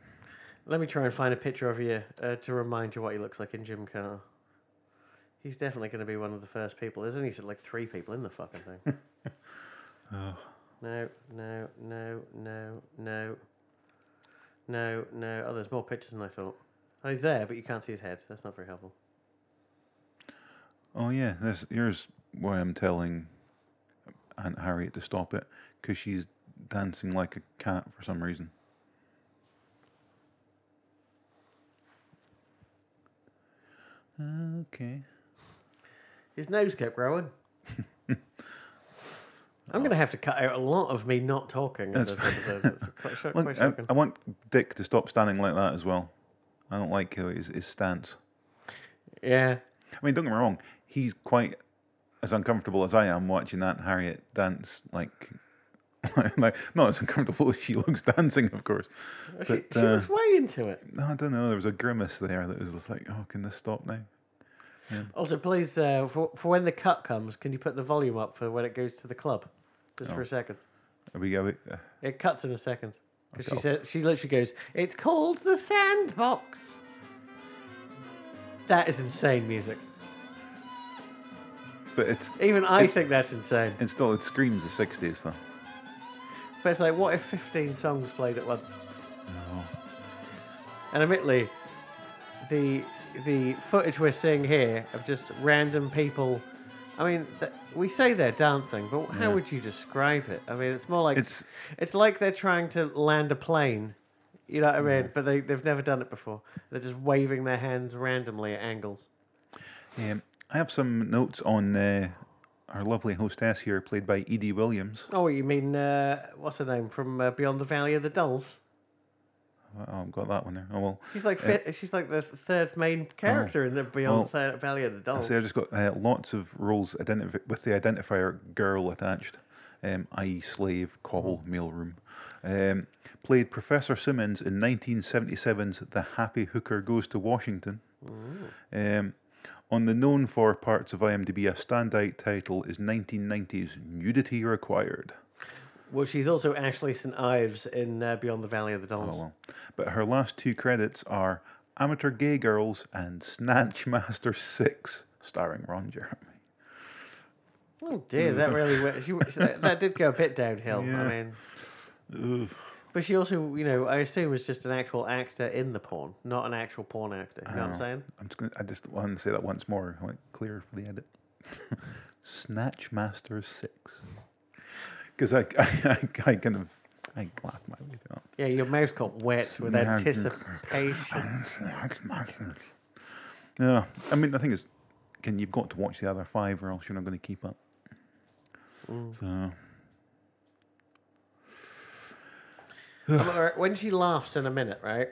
B: Let me try and find a picture of you uh, to remind you what he looks like in Jim Carter. He's definitely going to be one of the first people. There's only sort of like three people in the fucking thing. No, no, no, no, no, no, no. Oh, there's more pictures than I thought. Oh, he's there, but you can't see his head. That's not very helpful.
C: Oh yeah, this here's why I'm telling Aunt Harriet to stop it because she's dancing like a cat for some reason. Okay.
B: His nose kept growing. I'm going to have to cut out a lot of me not talking. in this episode. It's quite, shock-
C: Look,
B: quite
C: I,
B: shocking.
C: I want Dick to stop standing like that as well. I don't like how his, his stance.
B: yeah.
C: I mean, don't get me wrong, he's quite as uncomfortable as I am watching Aunt Harriet dance. Like, like not as uncomfortable as she looks dancing, of course.
B: She,
C: But,
B: she
C: uh,
B: was way into it.
C: No, I don't know. There was a grimace there that was just like, oh, can this stop now?
B: Also, please, uh, for, for when the cut comes, can you put the volume up for when it goes to the club? Just for a second.
C: Are we going? Uh,
B: It cuts in a second. 'Cause she
C: Okay.
B: said she literally goes, "It's called the sandbox." That is insane music.
C: but it's
B: Even I
C: It-
B: think that's insane.
C: it's still it screams the '60s though.
B: But it's like, what if 15 songs played at once?
C: No.
B: And admittedly, the the footage we're seeing here of just random people. I mean, th- we say they're dancing, but how would you describe it? I mean, it's more like
C: It's-
B: it's like they're trying to land a plane. You know what I mean? But they they've never done it before. They're just waving their hands randomly at angles.
C: Um, I have some notes on uh, our lovely hostess here, played by Edie Williams.
B: Oh, you mean uh, what's her name from uh, Beyond the Valley of the Dolls?
C: Oh, I've got that one there. Oh well.
B: She's like fi- she's like the third main character in the Beyond
C: Well,
B: the Valley of the
C: I
B: Dolls.
C: see. I just got uh, lots of roles identif- with the identifier girl attached, um, i.e., slave, cobble, mailroom. Um, played Professor Simmons in 1977's The Happy Hooker Goes to Washington. Um, on the known for parts of IMDb, a standout title is 1990's Nudity Required.
B: Well, she's also Ashley St. Ives in uh, Beyond the Valley of the Dolls.
C: Oh well. But her last two credits are Amateur Gay Girls and Snatch Master 6, starring Ron Jeremy.
B: Oh dear, that really went. She, that that did go a bit downhill. I
C: Mm. Yeah.
B: mean, but she also, you know, I assume was just an actual actor in the porn, not an actual porn actor. You know
C: Oh.
B: what I'm saying?
C: I'm just gonna, I just want to say that once more. I want it clear for the edit. Snatch Master Six, because I, I, I, I kind of I laughed my way through.
B: Yeah, your mouth got wet with
C: Snag-
B: anticipation.
C: that. Snatch Master. No, I mean the thing is, Ken, you've got to watch the other five, or else you're not going to keep up. So
B: I'm all right, when she laughs in a minute, right?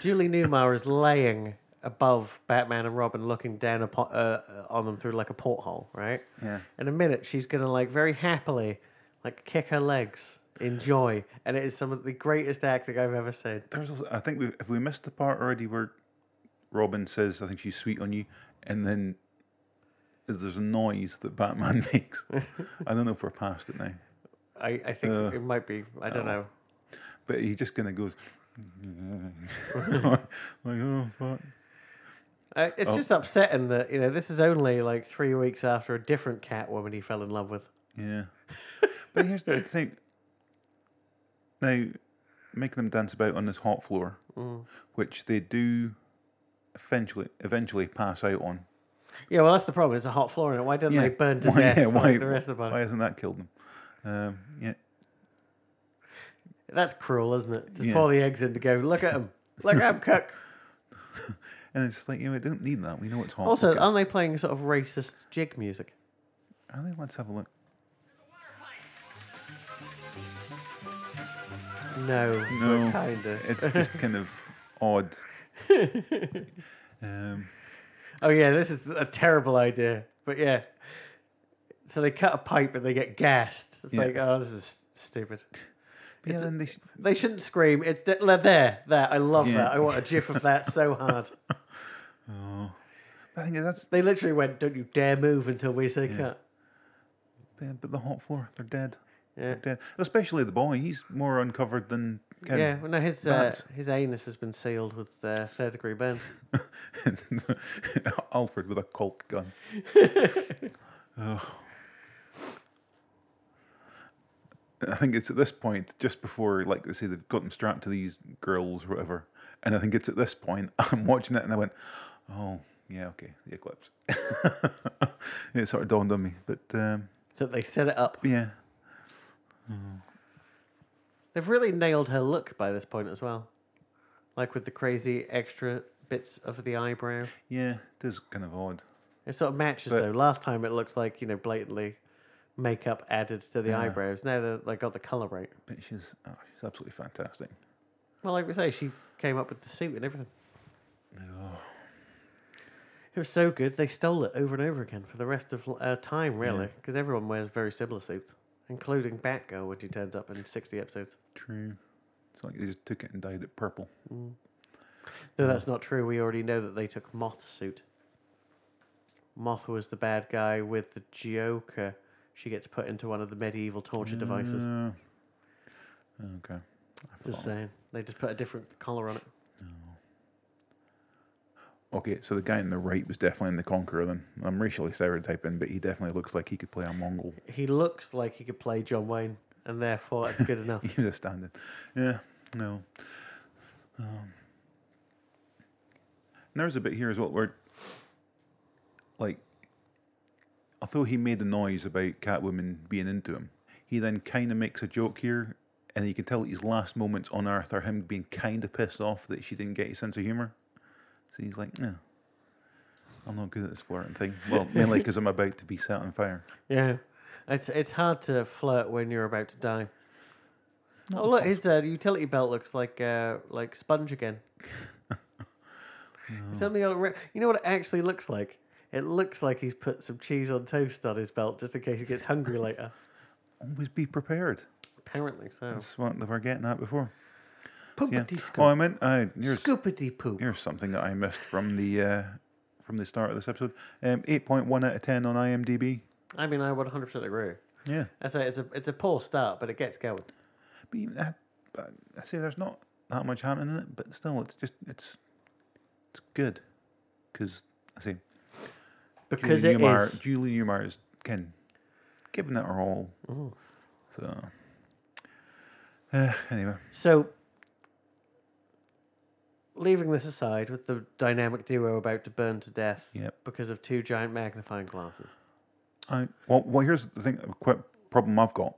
B: Julie Newmar is laying above Batman and Robin, looking down upon, uh, on them through like a porthole, right?
C: Yeah.
B: In a minute, she's gonna like very happily, like kick her legs in joy, and it is some of the greatest acting I've ever seen.
C: there's, also, I think we if we missed the part already where Robin says, "I think she's sweet on you," and then there's a noise that Batman makes. I don't know if we're past it now.
B: I, I think
C: Uh,
B: it might be. I
C: oh.
B: don't know.
C: But he just kind of goes, like, oh,
B: Uh,
C: fuck. Oh.
B: it's just upsetting that you know this is only like three weeks after a different Catwoman he fell in love with.
C: Yeah. But here's the thing. Now, making them dance about on this hot floor,
B: Mm.
C: which they do eventually eventually pass out on.
B: Yeah, well that's the problem. It's a hot floor in it. Why didn't they burn to
C: why,
B: death
C: yeah,
B: like
C: why,
B: the rest of the
C: why
B: body?
C: hasn't that killed them? Um, yeah.
B: That's cruel, isn't it? Just
C: Yeah.
B: pour the eggs in to go. Look at him. Look at him cook.
C: And it's like, you know, I don't need that. We know it's hot.
B: Also,
C: Look, it's-
B: aren't they playing sort of racist jig music?
C: I think let's have a look.
B: No,
C: No,
B: kinda.
C: It's just kind of odd. um,
B: Oh yeah, this is a terrible idea. But yeah, so they cut a pipe and they get gassed. It's
C: Yeah.
B: like, oh, this is stupid.
C: but yeah, then they sh-
B: They shouldn't scream. It's de- le- there, there. I love
C: Yeah.
B: that. I want a gif of that so hard.
C: I think that's
B: They literally went, "Don't you dare move until we say cut."
C: yeah, but the hot floor. They're dead.
B: Yeah,
C: They're dead. Especially the boy. He's more uncovered than Ken.
B: yeah. Well, no, his uh,
C: Vance.
B: his anus has been sealed with uh, third degree burns.
C: Alfred with a Colt gun. Oh. I think it's at this point, just before, like they say, they've got them strapped to these girls or whatever. And I think it's at this point, I'm watching it and I went, oh, yeah, okay, the eclipse. it sort of dawned on me. But um,
B: that they set it up.
C: yeah,
B: They've really nailed her look by this point as well, like with the crazy extra bits of the eyebrow.
C: yeah, it is kind of odd.
B: It sort of matches
C: But-
B: though. Last time it looks like you know blatantly makeup added to the
C: Yeah.
B: eyebrows. Now they they got the color right.
C: But she's, oh, she's absolutely fantastic.
B: Well, like we say, she came up with the suit and everything. It was so good they stole it over and over again for the rest of uh, time, really, because everyone wears very similar suits, including Batgirl when she turns up in sixty episodes.
C: True. It's like they just took it and dyed it purple.
B: No, that's not true. We already know that they took Moth suit. Moth was the bad guy with the Joker. She gets put into one of the medieval torture devices.
C: Uh, okay. I
B: Just
C: forgot.
B: saying, they just put a different collar on it.
C: Okay, so the guy on the right was definitely in the Conqueror then. I'm racially stereotyping, but he definitely looks like he could play a Mongol.
B: He looks like he could play John Wayne, and therefore that's good enough.
C: He was a stand-in. Yeah, no. Um, and there's a bit here as well where, like, although he made a noise about Catwoman being into him, he then kind of makes a joke here, and you can tell his last moments on Earth are him being kind of pissed off that she didn't get his sense of humor. So he's like, no. I'm not good at this flirting thing. Well, mainly because I'm about to be set on fire.
B: Yeah, it's it's hard to flirt when you're about to die. oh look, his uh, utility belt looks like uh, like sponge again. It's only on. a re- You know what it actually looks like? It looks like he's put some cheese on toast on his belt just in case he gets hungry later.
C: Always be prepared.
B: Apparently so.
C: That's what they were getting at before. Yeah.
B: Poopity
C: Oh, I
B: scoop.
C: meant uh, here's,
B: Scoopity poop.
C: here's something that I missed from the uh, from the start of this episode. Um, Eight point one out of ten on IMDb.
B: I mean, I 100% agree.
C: Yeah,
B: I say it's a it's a poor start, but it gets going.
C: but, even that, but I say there's not that much happening in it, but still, it's just it's it's good because I say
B: Because
C: Julie
B: it
C: Newmar,
B: is.
C: Julie Newmar is Ken, giving it her all. So uh, anyway,
B: So, leaving this aside with the dynamic duo about to burn to death
C: Yep.
B: because of two giant magnifying glasses.
C: I well, well here's the thing. A quick problem I've got.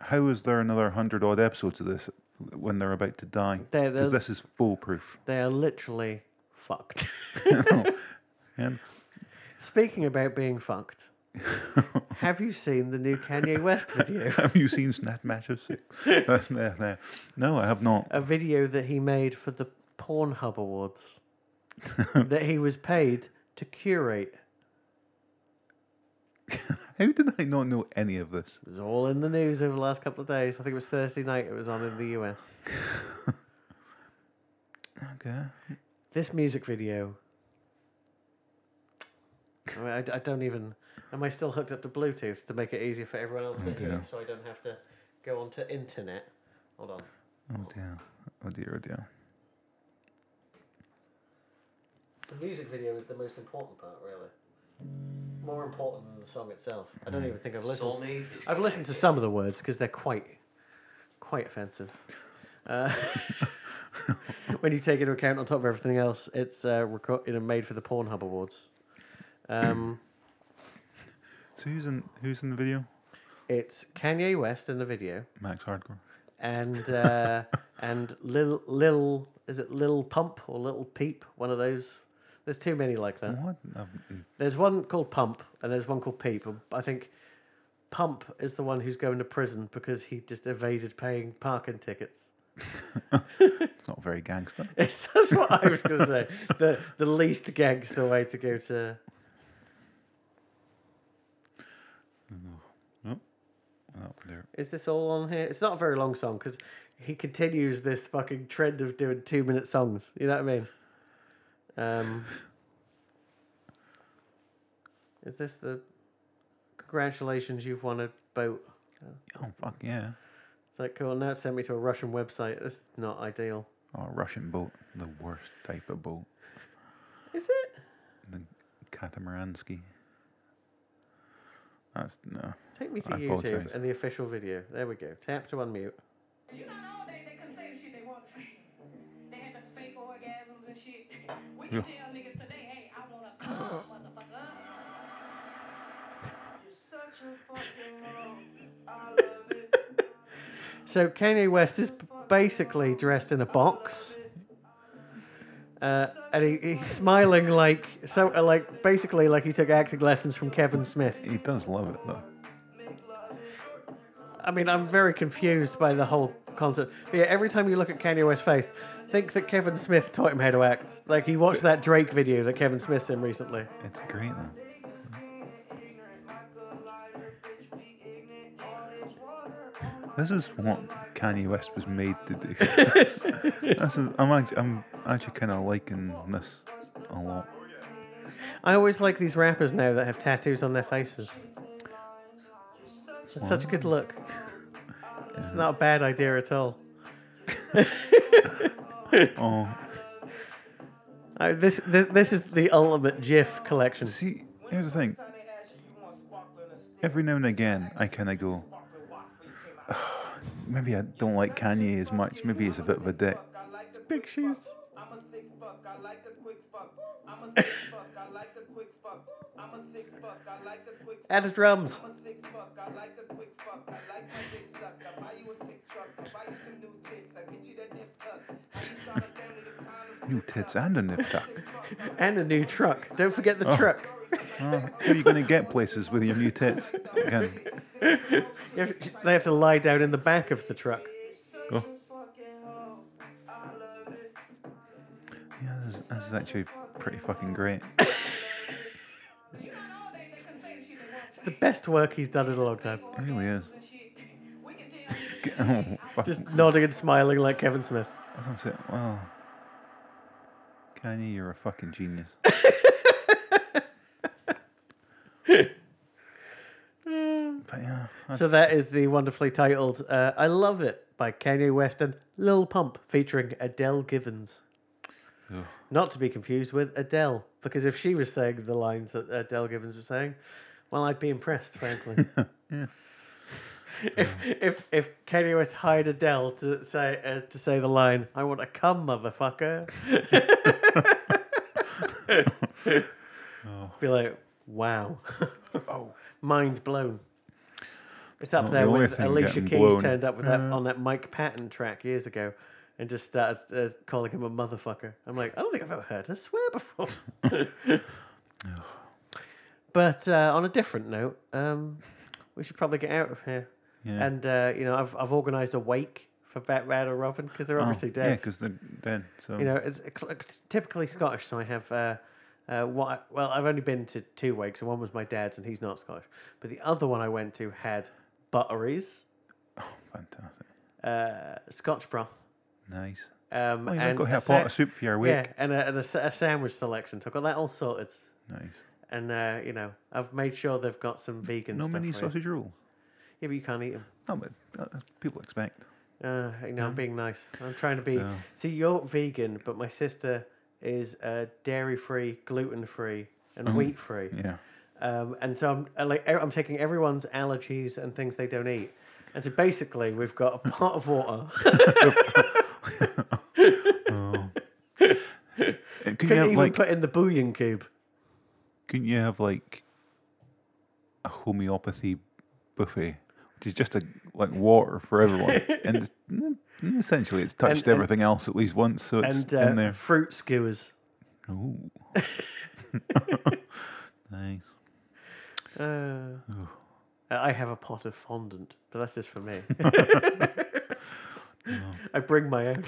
C: How is there another hundred odd episodes of this when they're about to die?
B: They're- they're-
C: Because this is foolproof.
B: They are literally fucked.
C: And
B: Speaking about being fucked, have you seen the new Kanye West video?
C: have you seen Snap Matches? That's nah, nah. No, I have not.
B: A video that he made for the Pornhub Awards that he was paid to curate.
C: How did I not know any of this?
B: It was all in the news over the last couple of days. I think it was Thursday night it was on in the US.
C: Okay.
B: This music video. I, mean, I, I don't even. Am I still hooked up to Bluetooth to make it easier for everyone else to hear?
C: dear.
B: So I don't have to go onto internet. Hold on.
C: Oh dear. Oh dear. Oh dear.
B: The music video is the most important part, really. More important than the song itself. I don't even think I've listened.
D: Soulmate is
B: I've listened to some of the words because they're quite, quite offensive. Uh, when you take into account, on top of everything else, it's uh, reco- you know, made for the Pornhub Awards. Um,
C: So who's in who's in the video?
B: it's Kanye West in the video,
C: Max Hardcore.
B: and uh, and Lil Lil is it Lil Pump or Little Peep? One of those. There's too many like that.
C: What? I've-
B: There's one called Pump, and there's one called Peep. and I think Pump is the one who's going to prison because he just evaded paying parking tickets.
C: It's not very gangster.
B: It's, that's what I was going to say. The the least gangster way to go to.
C: Up there.
B: Is this all on here? It's not a very long song because he continues this fucking trend of doing two minute songs. You know what I mean? Um, Is this the congratulations? You've won a boat.
C: Oh fuck yeah!
B: It's like cool. Now it sent me to a Russian website. This is not ideal.
C: Oh, Russian boat, the worst type of boat.
B: Is it?
C: The catamaranski. That's no.
B: Take me to
C: I
B: YouTube
C: apologise.
B: and the official video. There we go. Tap to unmute.
F: You know, all day they couldn't say the shit they want to say. They had the fake orgasms and shit. We can tell niggas today, hey, I want to come, motherfucker. You're such a fucking mom. I love it.
B: So Kanye West is b- basically dressed in a box, uh, and he, he's smiling like so, uh, like basically like he took acting lessons from Kevin Smith.
C: He does love it though.
B: I mean, I'm very confused by the whole concept. But yeah, every time you look at Kanye West's face, think that Kevin Smith taught him how to act. Like he watched that Drake video that Kevin Smith's in recently.
C: It's great though. This is what Kanye West was made to do. this is, I'm actually, I'm actually kind of liking this a lot.
B: I always like these rappers now that have tattoos on their faces. It's such a good look. It's not a bad idea at all.
C: Oh,
B: I, Oh, this, this this is the ultimate GIF collection.
C: see, here's the thing. Every now and again, I kind of go, maybe I don't like Kanye as much. Maybe he's a bit of a dick.
B: Big shoes.
G: I'm a sick fuck, I like a quick fuck. I'm a sick fuck, I like a quick fuck. I'm a sick fuck, I like a quick
B: And the drums.
G: I'm a sick fuck, I like a quick fuck. I like my dick sucked. I buy you a sick truck. I buy you some new tits. I get you that nip tuck. I just start a family to condoms.
C: New tits and a nip tuck.
B: And a new truck. Don't forget the truck.
C: Oh, who are you going to get places with your new tits? Again,
B: You have- they have to lie down in the back of the truck.
C: yeah, this, is- this is actually pretty fucking great.
F: You know, all day they couldn't say the shit they want to
B: The
F: say.
B: best work he's done in a long time.
C: It really is.
F: And shit. We can tell niggas today,
C: Oh, fuck.
B: Just nodding and smiling like Kevin Smith.
C: As I'm saying, wow. Kanye, you're a fucking genius. but yeah, that's,
B: So that is the wonderfully titled uh, I Love It by Kanye West and Lil Pump featuring Adele Givens.
C: Ugh.
B: Not to be confused with Adele, because if she was saying the lines that Adele Givens was saying, well, I'd be impressed, frankly. If, if if Kanye West hired Adele to say uh, to say the line, "I want to come, motherfucker," be like, "Wow, mind blown." It's up
C: Not
B: there
C: Oh. the only
B: when
C: thing
B: Alicia
C: getting
B: Keys
C: blown. Uh.
B: turned up with that on that Mike Patton track years ago, and just started uh, calling him a motherfucker. I'm like, I don't think I've ever heard her swear before. but uh, on a different note, um, we should probably get out of here.
C: yeah.
B: And uh, you know, I've I've organised a wake for Batman and Robin because they're
C: Oh,
B: obviously
C: Yeah,
B: dead.
C: because they're dead. So
B: you know, it's, it's typically Scottish, so I have. Uh, uh, what I- well, I've only been to two wakes, and one was my dad's, and he's not Scottish. But the other one I went to had butteries,
C: fantastic.
B: uh, Scotch broth,
C: Nice.
B: um,
C: Oh, you
B: and
C: got
B: a
C: a
B: sa-
C: pot of soup for your wake.
B: yeah, and a, and a, sa- a sandwich selection. So I got that all sorted,
C: Nice.
B: and uh, you know, I've made sure they've got some vegan
C: No
B: stuff.
C: mini
B: for you.
C: sausage rolls.
B: Yeah, but you can't eat them.
C: No, but that's what people expect.
B: Uh, you know, I'm being nice. I'm trying to be. See, you're vegan, but my sister is uh, dairy free, gluten free, and wheat free.
C: Mm-hmm. Yeah. Uh,
B: Um, and so I'm I like e- I'm taking everyone's allergies and things they don't eat. And so basically, we've got a pot of water.
C: Uh, Couldn't you
B: Couldn't
C: have
B: even
C: like?
B: put in the bouillon cube.
C: Couldn't you have like a homeopathy buffet, which is just a like water for everyone, and it's- mm, mm, essentially it's touched
B: and-
C: everything else at least once, so it's
B: And uh,
C: in there.
B: fruit skewers.
C: Ooh. nice.
B: Uh, I have a pot of fondant, but that's just for me. I bring my own.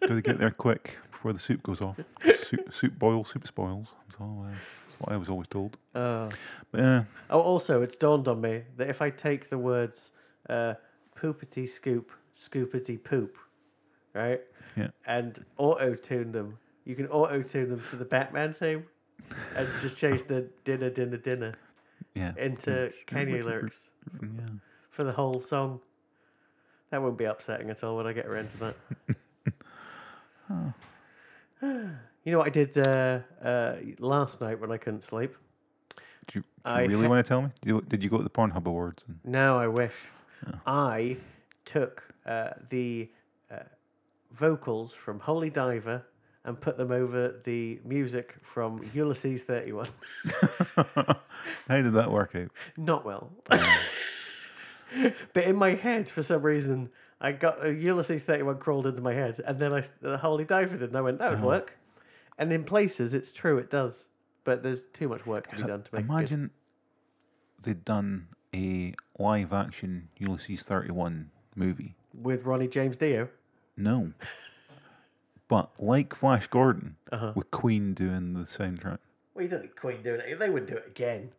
C: Gotta get there quick before the soup goes off. soup, soup boils, soup spoils. That's all. I, that's what I was always told.
B: Oh.
C: But uh, yeah,
B: Oh, also, it's dawned on me that if I take the words uh, poopity scoop, scoopity poop, right,
C: yeah.
B: and auto tune them, you can auto tune them to the Batman theme. and just change the dinner, dinner, dinner
C: Yeah.
B: into uh, Kanye lyrics
C: Yeah.
B: for the whole song. That won't be upsetting at all when I get around to that. You know what I did uh, uh, last night when I couldn't sleep?
C: Did you, do you
B: I
C: really
B: ha-
C: want to tell me? Did you, did you go to the Pornhub Awards? And,
B: No, I wish. I took uh, the uh, vocals from Holy Diver and put them over the music from Ulysses 31.
C: how did that work out?
B: Not well. but in my head, for some reason, I got uh, Ulysses 31 crawled into my head, and then I, s- uh, Holy Diver did, and I went, that would work. And in places, it's true, it does. But there's too much work to be
C: So
B: done to make it good.
C: imagine they'd done a live action Ulysses 31 movie.
B: with Ronnie James Dio.
C: No. But like Flash Gordon,
B: Uh-huh.
C: with Queen doing the soundtrack
B: Well, you don't need Queen doing it. They would do it again.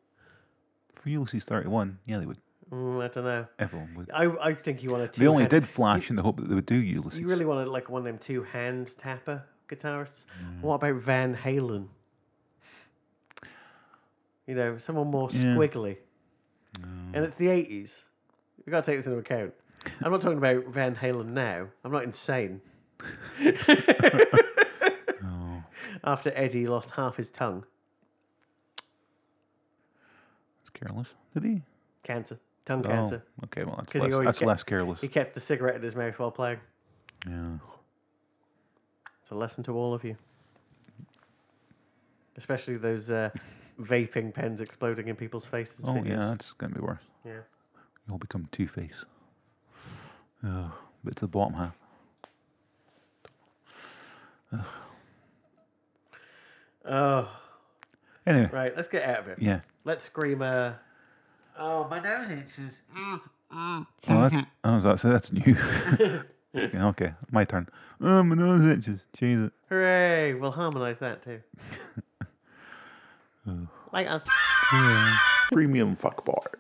C: for Ulysses 31, yeah, they would.
B: Mm, I don't know.
C: Everyone would.
B: I, I think you want to.
C: They only did Flash in the hope that they would do Ulysses.
B: You really wanted like one of them two hand tapper guitarists.
C: Mm.
B: What about Van Halen? You know, someone more
C: Yeah.
B: squiggly. And it's the eighties. We've got to take this into account. I'm not talking about Van Halen now. I'm not insane. After Eddie lost half his tongue,
C: It's careless. Did he?
B: cancer, tongue cancer.
C: Oh, okay, well, that's,
B: 'Cause he
C: less,
B: always
C: that's
B: ca-
C: less careless.
B: He kept the cigarette in his mouth while playing.
C: yeah.
B: It's a lesson to all of you. Especially those uh, vaping pens exploding in people's faces.
C: Oh, yeah,
B: videos.
C: that's going to be worse.
B: yeah.
C: You'll become Two Face. Oh, but to the bottom half.
B: Oh,
C: Anyway,
B: right. Let's get out of here.
C: yeah.
B: Let's scream. Uh, oh, my nose itches.
C: Well, that's, oh, that's, that's new. Yeah, okay, my turn. Oh, my nose itches. Jesus.
B: Hooray! We'll harmonise that too. like us.
C: Premium fuck bar.